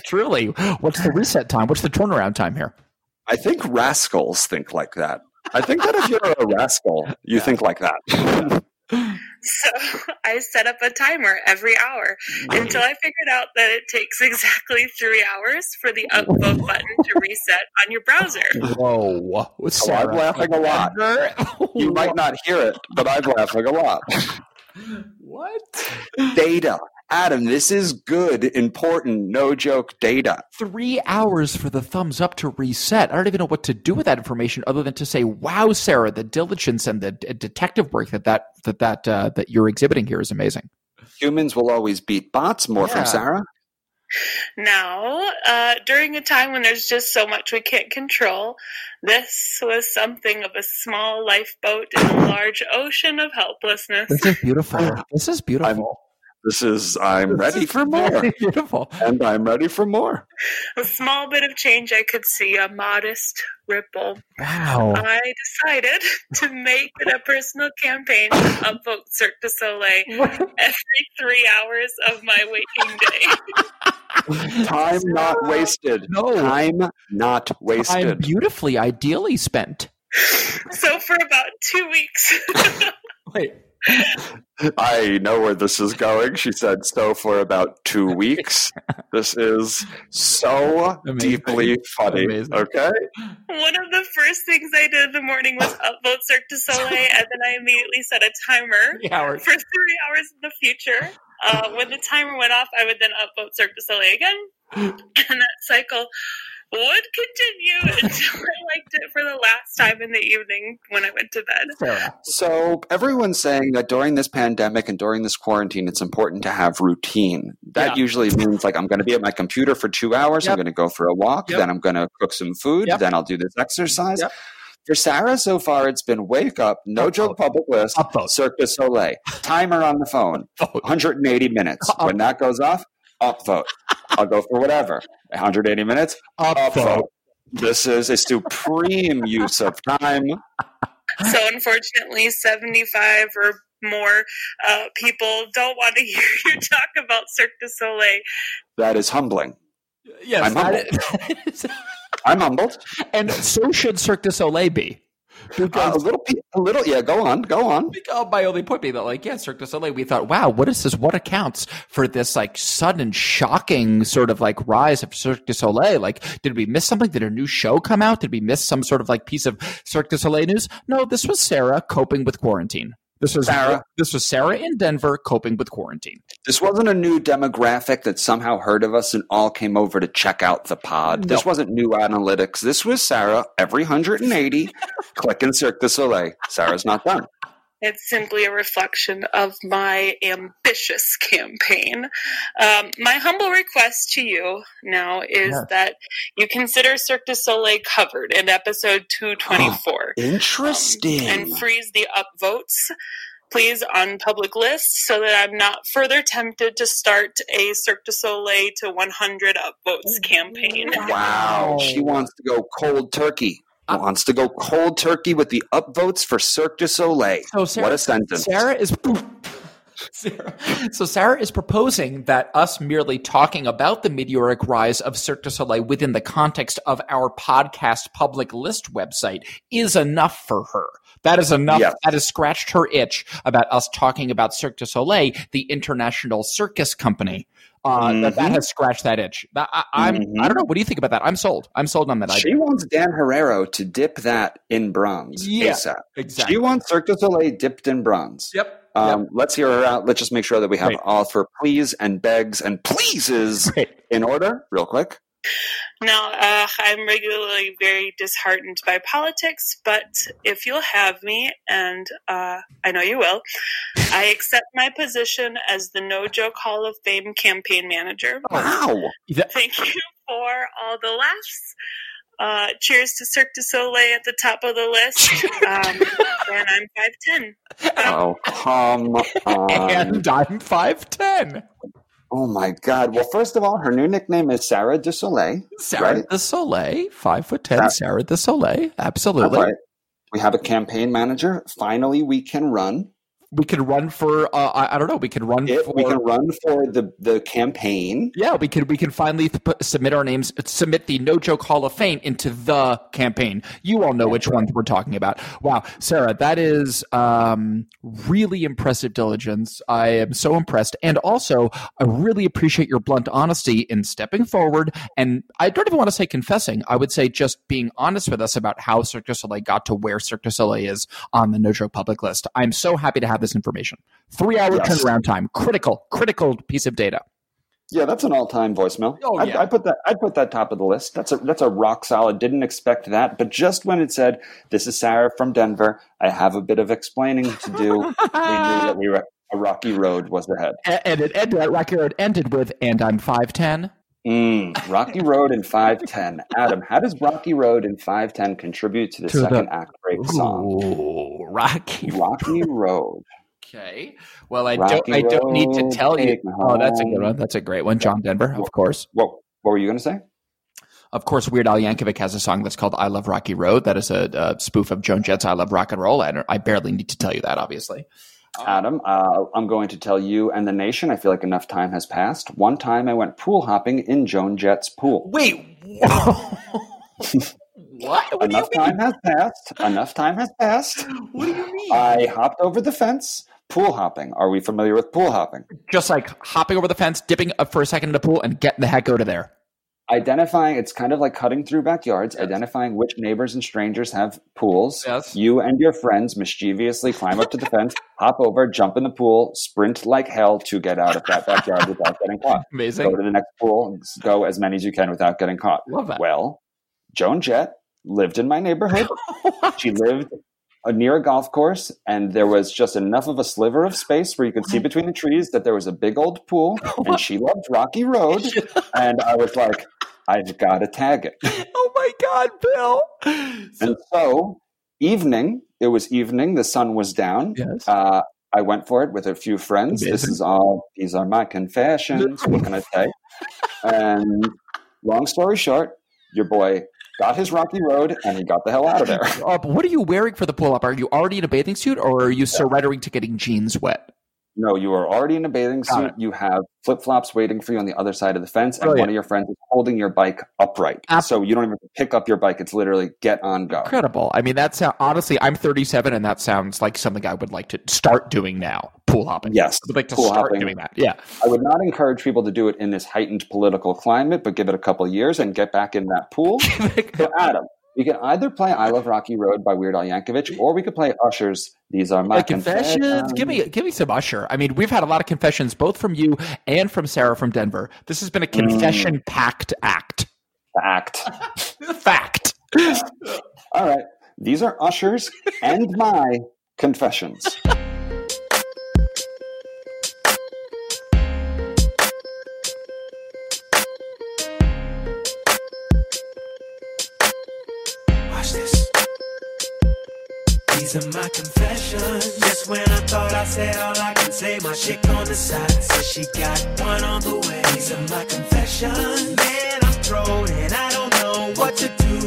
Truly. What's the reset time? What's the turnaround time here? I think rascals think like that. I think that if you're a rascal, you think like <laughs> that. <laughs> so i set up a timer every hour until i figured out that it takes <laughs> exactly three hours for the upvote button to reset on your browser Whoa. So I'm laughing a lot. <laughs> You might not hear it, but I'm laughing a lot. What? Data. Adam, this is good, important, no joke data. Three hours for the thumbs up to reset. I don't even know what to do with that information other than to say, wow, Sarah, the diligence and the d- detective work that that that that, uh, that you're exhibiting here is amazing. humans will always beat bots more Yeah. from Sarah. now uh, during a time when there's just so much we can't control this was something of a small lifeboat in a large ocean of helplessness This is beautiful. <gasps> This is beautiful. This is I'm ready for more. <laughs> beautiful. And I'm ready for <laughs> more. a small bit of change i could see a modest ripple Wow. I decided <laughs> to make it a personal campaign to upvote Cirque du Soleil every three hours of my waking day. Time not wasted. No. Time not I'm wasted. beautifully, ideally spent. So for about two weeks, Wait. I know where this is going. She said so for about <laughs> two weeks. This is so Amazing. deeply funny. Amazing. Okay. one of the first things I did in the morning <laughs> was upvote Cirque du Soleil, and then I immediately set a timer Three hours. for three hours in the future. Uh, when the timer went off, I would then upvote Cirque du <gasps> Soleil again, and that cycle would continue until I liked it for the last time in the evening when I went to bed. Sarah. So everyone's saying that during this pandemic and during this quarantine, it's important to have routine. That Yeah. usually means like I'm going to be at my computer for two hours. Yep. I'm going to go for a walk. Yep. Then I'm going to cook some food. Yep. Then I'll do this exercise. Yep. For Sarah, so far it's been wake up, no Upvote. joke, public list, Upvote. Cirque du Soleil, timer on the phone, Vote. 180 minutes. Up- When that goes off, upvote. I'll go for whatever. 180 minutes, upvote. This is a supreme use of time. So unfortunately, 75 or more uh, people don't want to <laughs> hear you talk about Cirque du Soleil. That is humbling. Yes, I'm that is- I'm humbled. <laughs> and so should Cirque du Soleil be. Uh, Because a little, pe- a little. Yeah, go on, go on. uh, my only point being that, like, yeah, Cirque du Soleil, we thought, wow, what is this? What accounts for this, like, sudden, shocking sort of, like, rise of Cirque du Soleil? Like, did we miss something? Did a new show come out? Did we miss some sort of, like, piece of Cirque du Soleil news? No, this was Sarah coping with quarantine. This was Sarah. This was Sarah in Denver coping with quarantine. This wasn't a new demographic that somehow heard of us and all came over to check out the pod. This wasn't new analytics. This was Sarah every 180 clicking Cirque du Soleil. Sarah's not done. It's simply a reflection of my ambitious campaign. Um, my humble request to you now is Yes. that you consider Cirque du Soleil covered in episode 224 Oh, Interesting. and freeze the upvotes, please, on public lists so that I'm not further tempted to start a Cirque du Soleil to 100 upvotes campaign. Wow. She wants to go cold turkey. Uh, wants to go cold turkey with the upvotes for Cirque du Soleil. So Sarah, what a sentence. Sarah is. Sarah, so Sarah is proposing that us merely talking about the meteoric rise of Cirque du Soleil within the context of our podcast public list website is enough for her. That is enough. Yes. That has scratched her itch about us talking about Cirque du Soleil, the international circus company. Uh, that, that has scratched that itch. That- I, I'm. I don't know. What do you think about that? I'm sold. I'm sold on that idea. She wants Dan Herrero to dip that in bronze. Yeah, ASAP. Exactly. She wants Cirque du Soleil dipped in bronze. yep. Um, Let's hear her out. Let's just make sure that we have Right. all for please and begs <laughs> and pleases Right. in order, real quick. Now, uh, I'm regularly very disheartened by politics, but if you'll have me, and uh, I know you will, I accept my position as the No Joke Hall of Fame campaign manager. Oh. Wow. Thank you for all the laughs. Uh, cheers to Cirque du Soleil at the top of the list. Um, and I'm 5'10. Oh, come on. <laughs> <laughs> and I'm five ten. Oh, my God. Well, first of all, her new nickname is Sarah du Soleil. Sarah Right? the Soleil, five foot ten. Sa- Sarah the Soleil, absolutely. All right. We have a campaign manager. Finally, we can run. We could run for. Uh, I, I don't know. We could run If for. we can run for the, the campaign. yeah, we could. We can finally th- put, submit our names. Submit the No Joke Hall of Fame into the campaign. You all know which ones we're talking about. Wow, Sarah, that is um, really impressive diligence. I am so impressed, and also I really appreciate your blunt honesty in stepping forward. And I don't even want to say confessing. I would say just being honest with us about how Cirque du Soleil got to where Cirque du Soleil is on the No Joke public list. I'm so happy to have this information. Three hour Yes. turnaround time, critical, critical piece of data. Yeah, that's an all-time voicemail. Oh, I, yeah. I put that. I put that top of the list. That's a that's a rock solid. Didn't expect that, but just when it said, "This is Sarah from Denver," I have a bit of explaining to do. we knew that we were a rocky road was ahead. A- and it ended that rocky road ended with and i'm 510 Mm, rocky Road in five ten. Adam, how does Rocky Road in five ten contribute to the To the- second act break song? Ooh, rocky Rocky Road. okay well i Rocky don't i don't need to Road, tell you take me oh that's a good home. one that's a great one john denver of course What What were you going to say? of course weird al yankovic has a song that's called i love rocky road that is a, uh spoof of joan jett's i love rock and roll and i barely need to tell you that obviously Oh. Adam, uh, I'm going to tell you and the nation. I feel like enough time has passed. One time I went pool hopping in Joan Jett's pool. <laughs> wait whoa. what what do, you enough time has passed. Enough time has passed. mean? what do you mean I hopped over the fence. Pool hopping. Are we familiar with pool hopping? just like hopping over the fence dipping up for a second in the pool and getting the heck out of there Identifying, it's kind of like cutting through backyards, identifying which neighbors and strangers have pools. Yes. You and your friends mischievously climb up to the fence, <laughs> hop over, jump in the pool, sprint like hell to get out of that backyard without getting caught. Go amazing to the next pool, go as many as you can without getting caught. love that Well, Joan Jett lived in my neighborhood. she lived uh, near a golf course, and there was just enough of a sliver of space where you could see between the trees that there was a big old pool, and she loved Rocky Road. And I was like, I've got to tag it. oh my god bill And so, evening, it was evening, the sun was down. Yes. Uh, I went for it with a few friends. This Amazing. is all, these are my confessions. what can I say? And long story short, your boy got his rocky road, and he got the hell out of there. <laughs> Uh, but what are you wearing for the pull up? Are you already in a bathing suit or are you surrendering to getting jeans wet? No, you are already in a bathing Got suit. it. You have flip flops waiting for you on the other side of the fence, and Brilliant. one of your friends is holding your bike upright. Ab- so you don't even have to pick up your bike. It's literally get on, go. Incredible. I mean, that's honestly, I'm 37 and that sounds like something I would like to start doing now pool hopping. Yes, I would like to pool start hopping. doing that. Yeah. <laughs> I would not encourage people to do it in this heightened political climate, but give it a couple years and get back in that pool. so, Adam, we can either play "I Love Rocky Road" by Weird Al Yankovic, or we could play Usher's "These Are My Like confessions. Give me give me some Usher. I mean, we've had a lot of confessions both from you and from Sarah from Denver. This has been a Mm. confession packed act. Act. Fact. All right, these are Usher's and my confessions. Watch this. These are my confessions. Just when I thought I said all I can say, my chick on the side says she got one on the way. These are my confessions. Man, I'm thrown and I don't know what to do.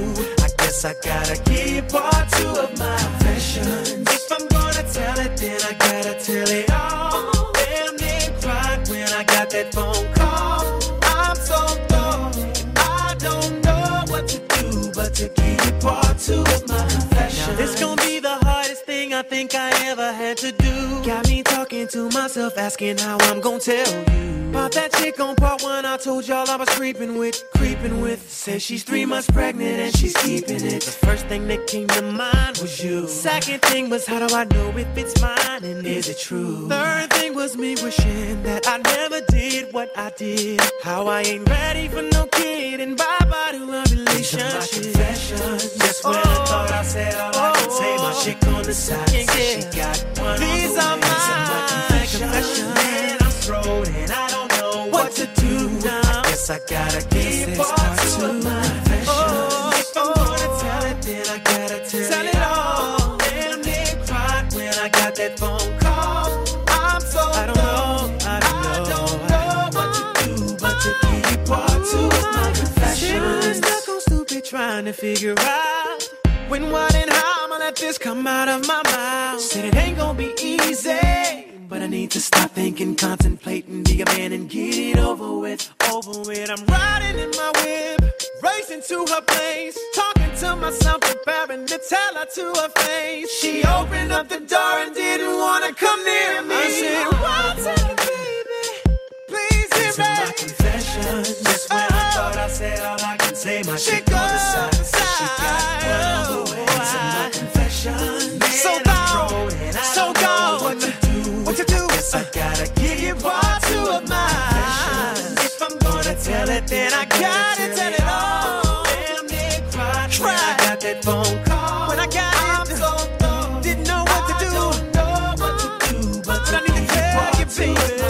I guess I gotta keep part two of my confessions. If I'm gonna tell it, then I gotta tell it all. Damn near cried when I got that phone call. I'm so thrown. I don't know what to do but to keep part two of my confession. It's gonna be the hardest thing I think I ever had to do. Got me talking to myself, asking how I'm gonna tell you. About that chick on part one, I told y'all I was creeping with, creeping with. Said she's three months pregnant and she's keeping it. The first thing that came to mind was you. Second thing was how do I know if it's mine and is it true? Third thing was me wishing that I never did what I did. How I ain't ready for no kid and bye bye to a relationship. Oh. Just when I thought I said all I could say, my chick on the side said she got one. These are my confessions. Man, I'm thrown and I don't know what to do. I guess I gotta keep part two of my confessions. If I'm gonna tell it, then I gotta tell, it all. Damn near cried when I got that phone call. I'm so I don't know. I don't know. what to do, but to keep part two of my confessions. Stuck on stupid, trying to figure out when, what, and how I'ma let this come out of my mouth. Said it ain't gonna be easy. But I need to stop thinking, contemplating, be a man and get it over with. Over with. I'm riding in my whip, racing to her place, talking to myself, preparing to tell her to her face. She opened up the door and didn't wanna come near me. I said, What's up, baby? Please hear me. my confessions. Just when I thought I said all I can say, my shit goes aside. She got one away. These are my confessions. So gone. So gone. What to do? What to do? Guess I gotta give you part two of mine. If I'm gonna tell it, then I gotta tell it all. Damn near cried when I got that phone call. When I got it, I'm so thrown. Didn't know what to do. Know what to do, but I need to tell you, baby.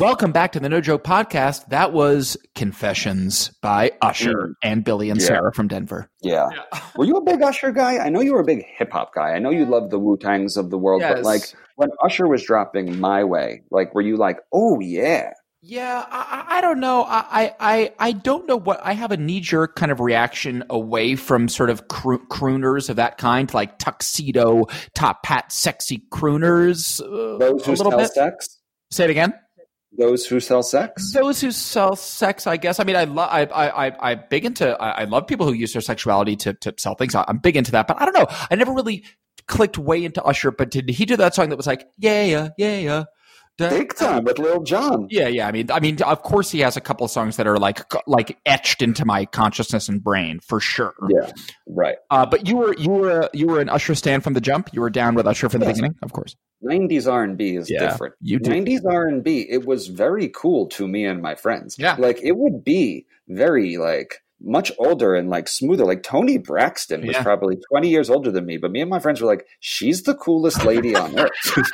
Welcome back to the No Joke Podcast. That was Confessions by Usher Mm. and Billy and Yeah. Sarah from Denver. Yeah. Were you a big Usher guy? I know you were a big hip hop guy. I know you loved the Wu Tangs of the world, but Yes. like when Usher was dropping My Way, like were you like, oh yeah, Yeah, I, I I don't know. I, I, I- I don't know what I have a knee jerk kind of reaction away from sort of cro- crooners of that kind, like tuxedo, top hat, sexy crooners. Uh, those a who little sell bit. sex, Say it again. those who sell sex. Those who sell sex, I guess. I mean, I love. I, I, I, I big into. I, I love people who use their sexuality to to sell things. I, I'm big into that, but I don't know. I never really clicked way into Usher. But did he do that song that was like, yeah, yeah, yeah, yeah, da- Big time with Lil Jon. Yeah, yeah. I mean, I mean, of course, he has a couple of songs that are like like etched into my consciousness and brain for sure. Yeah, right. Uh, but you were you were you were an Usher stand from the jump. You were down with Usher from the Yes. beginning, of course. 90s R&B is Yeah, different. you do. 90s R&B, it was very cool to me and my friends. Yeah. Like it would be very like much older and like smoother. Like Tony Braxton was Yeah. <laughs> probably 20 years older than me, but me and my friends were like, she's the coolest lady on earth.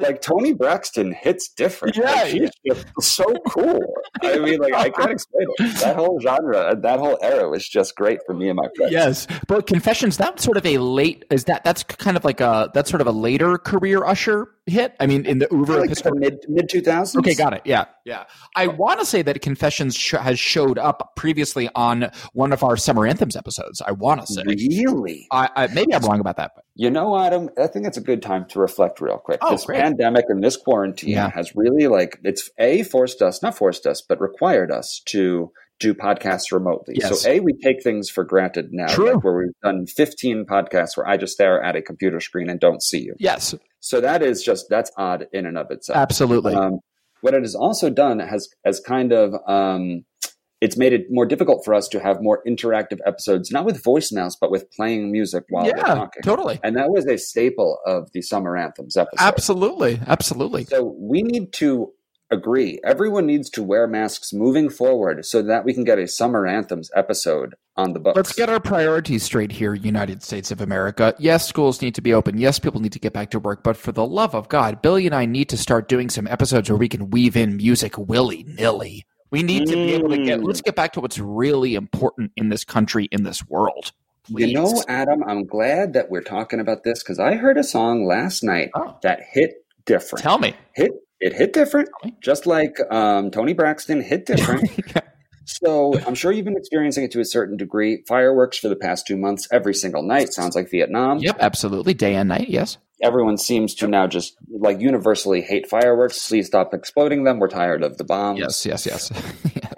like Tony Braxton hits different. Yeah, Like, she's just so cool. I mean, like I can't explain it. That whole genre, that whole era was just great for me and my friends. Yes, but Confessions that's sort of a late is that that's kind of like a that's sort of a later career Usher hit. I mean, in the Uber like uh, the mid mid two thousands. Okay, got it. Yeah, yeah. I want to say that Confessions sh- has showed up previously on one of our summer anthems episodes. I want to say. Really? I, I maybe I'm wrong about that. But You know, Adam, I think it's a good time to reflect real quick. Oh, this great. pandemic and this quarantine Yeah. has really like it's a forced us, not forced us, but required us to do podcasts remotely. Yes. So a we take things for granted now, True. like where we've done 15 podcasts where I just stare at a computer screen and don't see you. yes, So that is just that's odd in and of itself. absolutely. Um, what it has also done has has kind of um, it's made it more difficult for us to have more interactive episodes, not with voicemails, but with playing music while we're yeah, talking. totally. And that was a staple of the summer anthems episode. Absolutely, absolutely. So we need to agree. Everyone needs to wear masks moving forward, so that we can get a summer anthems episode on the books. Let's get our priorities straight here, United States of America. Yes, schools need to be open. Yes, people need to get back to work. But for the love of God, Billy and I need to start doing some episodes where we can weave in music willy nilly. We need to be able to get. Mm. Let's get back to what's really important in this country, in this world. Please. You know, Adam, I'm glad that we're talking about this because I heard a song last night Oh. that hit different. tell me. hit it hit different, Okay. just like um, Tony Braxton hit different. <laughs> so I'm sure you've been experiencing it to a certain degree. Fireworks for the past two months, every single night sounds like Vietnam. Yep, absolutely. Day and night. Yes. Everyone seems to now just like universally hate fireworks. Please stop exploding them. We're tired of the bombs. Yes. Yes. Yes.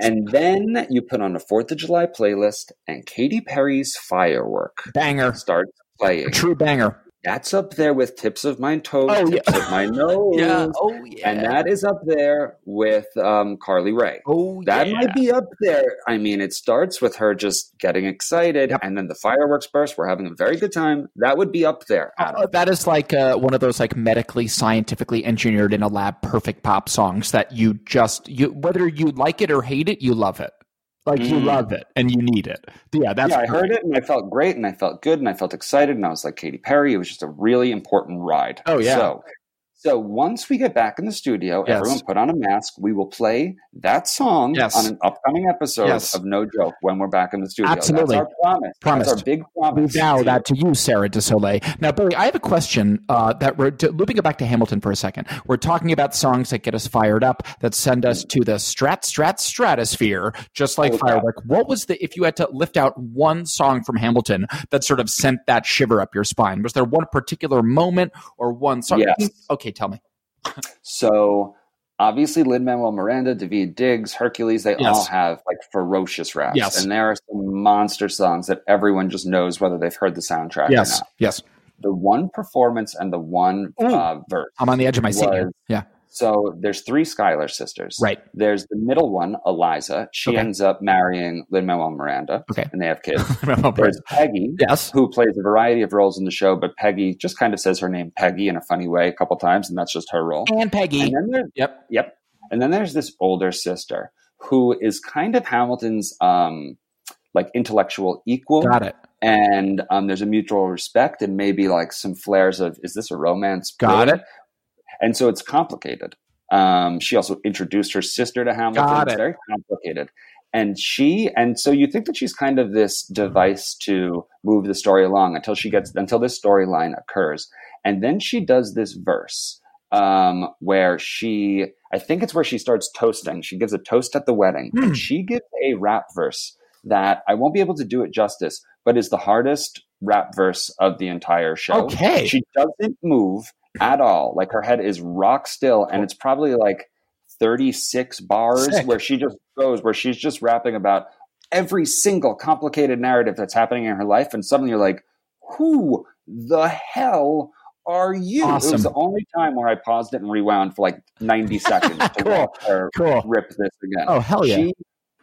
And then you put on a Fourth of July playlist, and Katy Perry's Firework banger. starts playing. True banger. That's up there with tips of my toes, Oh, tips <laughs> of my nose. Oh yeah. And that is up there with um, Carly Rae. oh That yeah. might be up there. I mean, it starts with her just getting excited, Yep. and then the fireworks burst. We're having a very good time. That would be up there. Adam. Uh, that is like uh, one of those like medically scientifically engineered in a lab perfect pop songs that you just you whether you like it or hate it you love it like you Mm. love it and you need it yeah that's yeah, I great. heard it, and I felt great, and I felt good, and I felt excited, and I was like Katy Perry. It was just a really important ride. Oh, yeah. So, so once we get back in the studio, Yes. everyone put on a mask. We will play that song Yes. on an upcoming episode Yes. of No Joke when we're back in the studio. Absolutely. That's our promise. That's Promised. our big We promise. bow that to you, Sarah DeSoleil. Now, Billy, I have a question uh, that we're d- looping it back to Hamilton for a second. We're talking about songs that get us fired up, that send us to the strat, strat, stratosphere, just like Oh, yeah. firework. What was the, if you had to lift out one song from Hamilton that sort of sent that shiver up your spine? Was there one particular moment or one song? Yes. Okay, tell me. So obviously, Lin Manuel Miranda, David Diggs, Hercules, they Yes. all have like ferocious raps. Yes. And there are some monster songs that everyone just knows whether they've heard the soundtrack or Yes, not. yes. The one performance and the one Ooh. uh, verse. I'm on the edge of my seat. here. Was- Yeah, <laughs> So there's three Schuyler sisters. right. There's the middle one, Eliza. She Okay. ends up marrying Lin Manuel Miranda. Okay. And they <laughs> have kids. Remember. There's Peggy, yes. who plays a variety of roles in the show, but Peggy just kind of says her name Peggy in a funny way a couple times, and that's just her role. And Peggy. And then there's Yep. yep. And then there's this older sister who is kind of Hamilton's um like intellectual equal, Got it. and um, there's a mutual respect and maybe like some flares of is this a romance? Got book?" it. And so it's complicated. Um, she also introduced her sister to Hamilton. Got It's it. very complicated. And she and so you think that she's kind of this device to move the story along until she gets until this storyline occurs. And then she does this verse um, where she I think it's where she starts toasting. She gives a toast at the wedding. Hmm. And she gives a rap verse that I won't be able to do it justice, but is the hardest rap verse of the entire show. Okay. She doesn't move at all. Like her head is rock still, and it's probably like 36 bars Sick. where she just goes, where she's just rapping about every single complicated narrative that's happening in her life. And suddenly you're like, who the hell are you? It Awesome. was the only time where I paused it and rewound for like 90 seconds to <laughs> Cool. watch her Cool. rip this again. Oh, hell yeah. She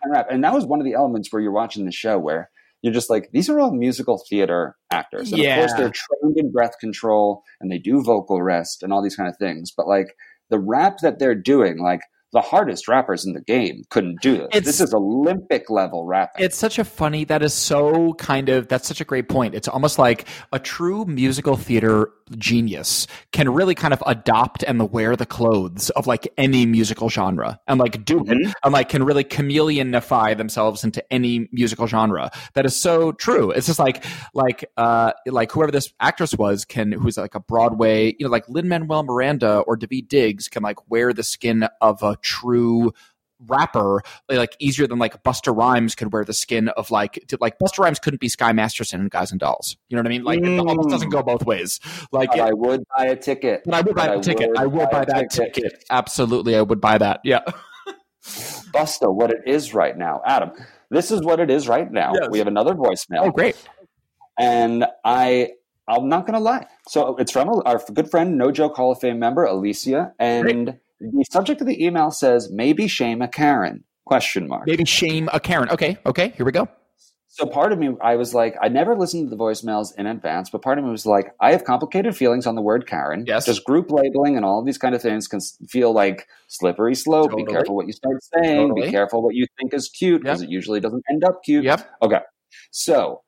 can rap. And that was one of the elements where you're watching the show where you're just like, these are all musical theater actors. And Yeah. of course they're trained in breath control and they do vocal rest and all these kind of things. But like the rap that they're doing, like the hardest rappers in the game couldn't do this. It's- this is Olympic level rapping. It's such a funny. That is so kind of. That's such a great point. It's almost like a true musical theater genius can really kind of adopt and wear the clothes of like any musical genre and like do it and like can really chameleonify themselves into any musical genre. That is so true. It's just like like uh like whoever this actress was can who's like a Broadway, you know, like Lin Manuel Miranda or David Diggs can like wear the skin of a true rapper like easier than like Buster Rhymes could wear the skin of like to, like Buster Rhymes couldn't be Sky Masterson and Guys and Dolls. You know what I mean? Like it almost doesn't go both ways. Like Mm. But yeah, I would buy a ticket. but I would buy But the ticket. I would buy a that ticket. Absolutely, I would buy that. <laughs> Yeah. Busta, what it is right now, Adam. This is what it is right now. Yes. We have another voicemail. Oh, great. and I I'm not gonna lie. So it's from our good friend, No Joke Hall of Fame member Alicia, and the subject of the email says maybe shame a Karen question mark. Maybe shame a Karen. Okay. Okay. Here we go. So part of me, I was like, I never listened to the voicemails in advance, but part of me was like, I have complicated feelings on the word Karen. Yes. Just group labeling and all these kind of things can s- feel like slippery slope. Be Totally. careful what you start saying. Totally. Be careful what you think is cute because it usually doesn't end up cute. Yep. So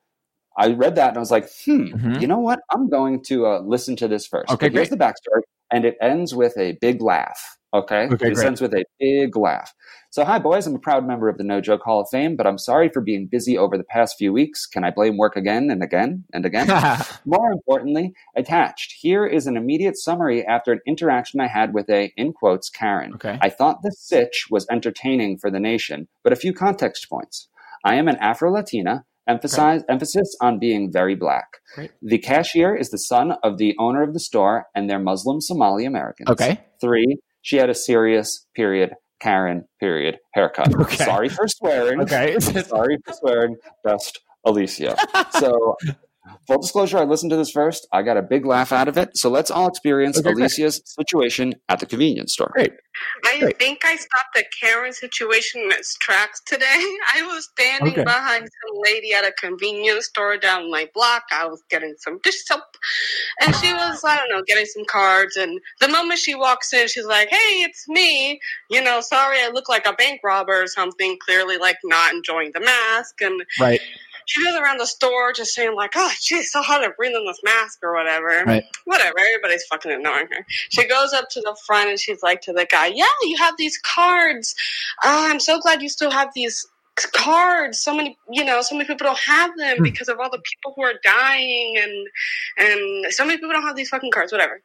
I read that and I was like, hmm, Mhm. you know what? I'm going to uh, listen to this first. Okay, But here's the backstory. And it ends with a big laugh. Okay. Okay, it great. ends with a big laugh. So, hi, boys. I'm a proud member of the No Joke Hall of Fame, but I'm sorry for being busy over the past few weeks. Can I blame work again and again and <laughs> again? <laughs> More importantly, attached, here is an immediate summary after an interaction I had with a, in quotes, Karen. Okay. I thought the sitch was entertaining for the nation, but a few context points. I am an Afro Latina, emphasize, emphasis on being very black. Great. The cashier is the son of the owner of the store, and they're Muslim Somali Americans. okay. Three, she had a serious, period, Karen, period, haircut. <laughs> Okay. Sorry for swearing. Okay. <laughs> Sorry for swearing. Best <laughs> Alicia. So, full disclosure, I listened to this first. I got a big laugh out of it. So, let's all experience Okay, great. Alicia's situation at the convenience store. Great. I Great. think I stopped a Karen situation in its tracks today. <laughs> I was standing Okay. behind some lady at a convenience store down my block. I was getting some dish soap, and she was, I don't know, getting some cards. And the moment she walks in, she's like, "Hey, it's me. You know, sorry, I look like a bank robber or something. Clearly, like not enjoying the mask." And Right. <laughs> she goes around the store just saying like, "Oh, she's so hard to breathe in this mask or whatever." Right. Whatever. Everybody's fucking ignoring her. She goes up to the front and she's like to the guy, "Yeah, you have these cards. Ah, I'm so glad you still have these." cards so many you know so many people don't have them Hmm. because of all the people who are dying and and so many people don't have these fucking cards whatever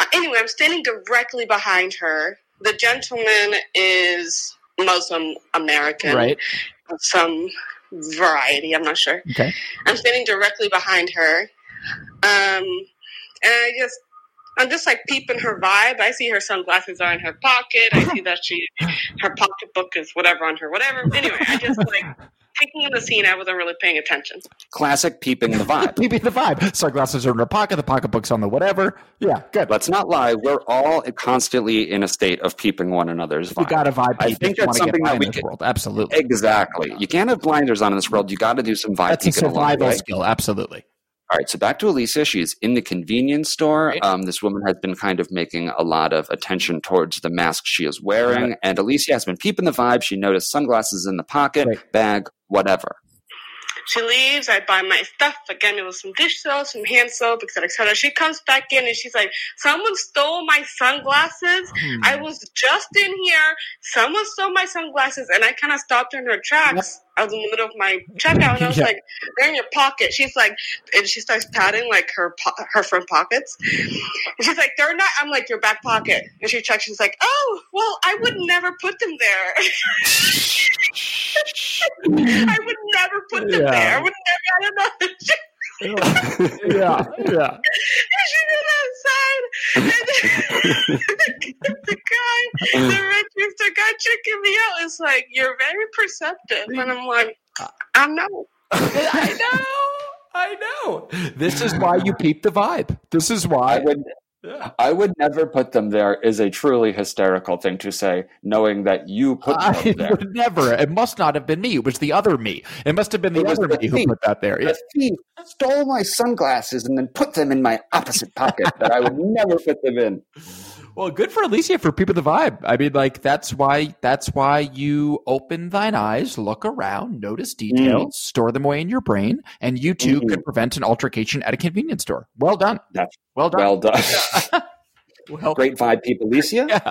uh, anyway i'm standing directly behind her the gentleman is muslim american Right. of some variety. I'm not sure. Okay. I'm standing directly behind her, um, and I just I'm just like peeping her vibe. I see her sunglasses are in her pocket. I see that she her pocketbook is whatever on her whatever. Anyway, I just like taking in the scene. I wasn't really paying attention. Classic peeping <laughs> the vibe. Maybe the vibe. Sunglasses are in her pocket. The pocketbook's on the whatever. Yeah. Good. Let's not lie. We're all constantly in a state of peeping one another's vibe. You got to vibe. I people think if you that's wanna get something by that in we this could- world. Absolutely. Exactly. You can't have blinders on in this world. You got to do some vibe That's a peeking along the survival way. skill. Absolutely. All right, so back to Elisa. She's in the convenience store. Right. Um, this woman has been kind of making a lot of attention towards the mask she is wearing, and Alicia has been peeping the vibe. She noticed sunglasses in the pocket, Right. bag, whatever. She leaves. I buy my stuff again. It was some dish soap, some hand soap, etc., etc. She comes back in and she's like, "Someone stole my sunglasses." I was just in here. Someone stole my sunglasses, and I kind of stopped her in her tracks. I was in the middle of my checkout, and I was Yeah. like, "They're in your pocket." She's like, and she starts patting like her po- her front pockets. And she's like, "They're not." I'm like, "Your back pocket," and she checks. She's like, "Oh, well, I would never put them there. <laughs> I would never put them Yeah. there. I would never. I don't know." <laughs> She yeah. Yeah. she went outside, <laughs> and then the guy, the register guy checking me out is like, "You're very perceptive," and I'm like, "I'm not." I know. I know. This is why you peep the vibe. This is I why. would, Yeah. I would never put them there. Is a truly hysterical thing to say, knowing that you put <laughs> them I there. would never. It must not have been me. It was the other me. It must have been the It was other the me who thief. put that there. Yeah. The thief stole my sunglasses and then put them in my opposite pocket that I would never put them in. Well, good for Alicia for peeping the vibe. I mean, like that's why that's why you open thine eyes, look around, notice details, store them away in your brain, and you too Mhm. could prevent an altercation at a convenience store. Well done. That's- well done. <laughs> Well done. Well- <laughs> great vibe, peep, Alicia. <laughs> Yeah.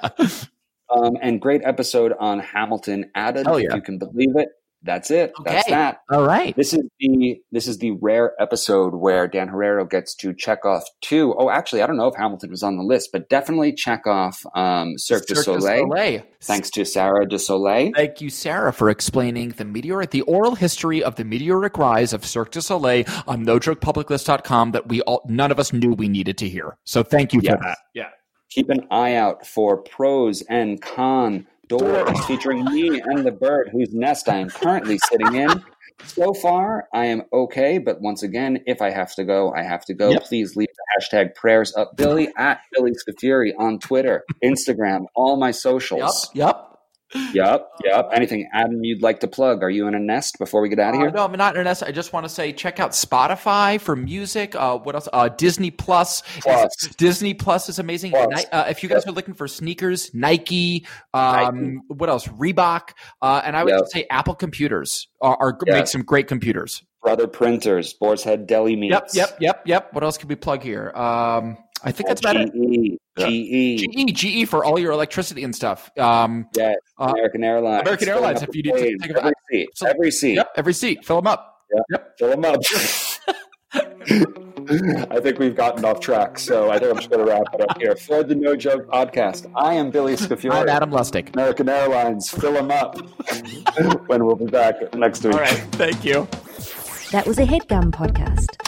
Um, and great episode on Hamilton added. Hell if yeah. you can believe it. That's it. That's Okay. that. All right. This is the this is the rare episode where Dan Herrero gets to check off two oh actually, I don't know if Hamilton was on the list, but definitely check off um, Cirque, du Soleil. Thanks to Sarah de Soleil. Thank you, Sarah, for explaining the meteoric, the oral history of the meteoric rise of Cirque du Soleil on NoJokePublicList.com that we all, none of us knew we needed to hear. So thank you Yes. for that. Yeah. Keep an eye out for pros and con doors featuring me and the bird whose nest I am currently sitting in. So far, I am okay, but once again, if I have to go, I have to go. Yep. Please leave the hashtag prayers up, Billy at Billy Scafuri on Twitter, Instagram, all my Yep. socials. Yep. Yep, yep. Anything, Adam, you'd like to plug? Are you in a nest before we get out of Uh, here? no, I'm not Ernest. I just want to say check out Spotify for music. Uh, what else? Uh, Disney Plus. Plus. Is- Disney Plus is amazing. Plus. Ni- uh, if you guys are looking for sneakers, Nike. Um, Nike. What else? Reebok. Uh, and I would Yep. just say Apple computers are, are Yeah. make some great computers. Brother Printers, Boar's Head Deli Meats. Yep, yep, yep, yep. What else can we plug here? Um, I think that's about it. E. GE, Yeah. GE, GE, GE for all your electricity and stuff. Um, yes, Uh, American Airlines. American Filling Airlines, up if the you need to plane. think of- every seat, so- every seat, yep, every seat, fill them up. fill them up. <laughs> I think we've gotten off track, so I think I'm just going to wrap it up here for the No Joke Podcast. I am Billy Scafuri. I'm Adam Lustig. American Airlines, fill them up. <laughs> when we'll be back next week. All right, thank you. That was a headgum podcast.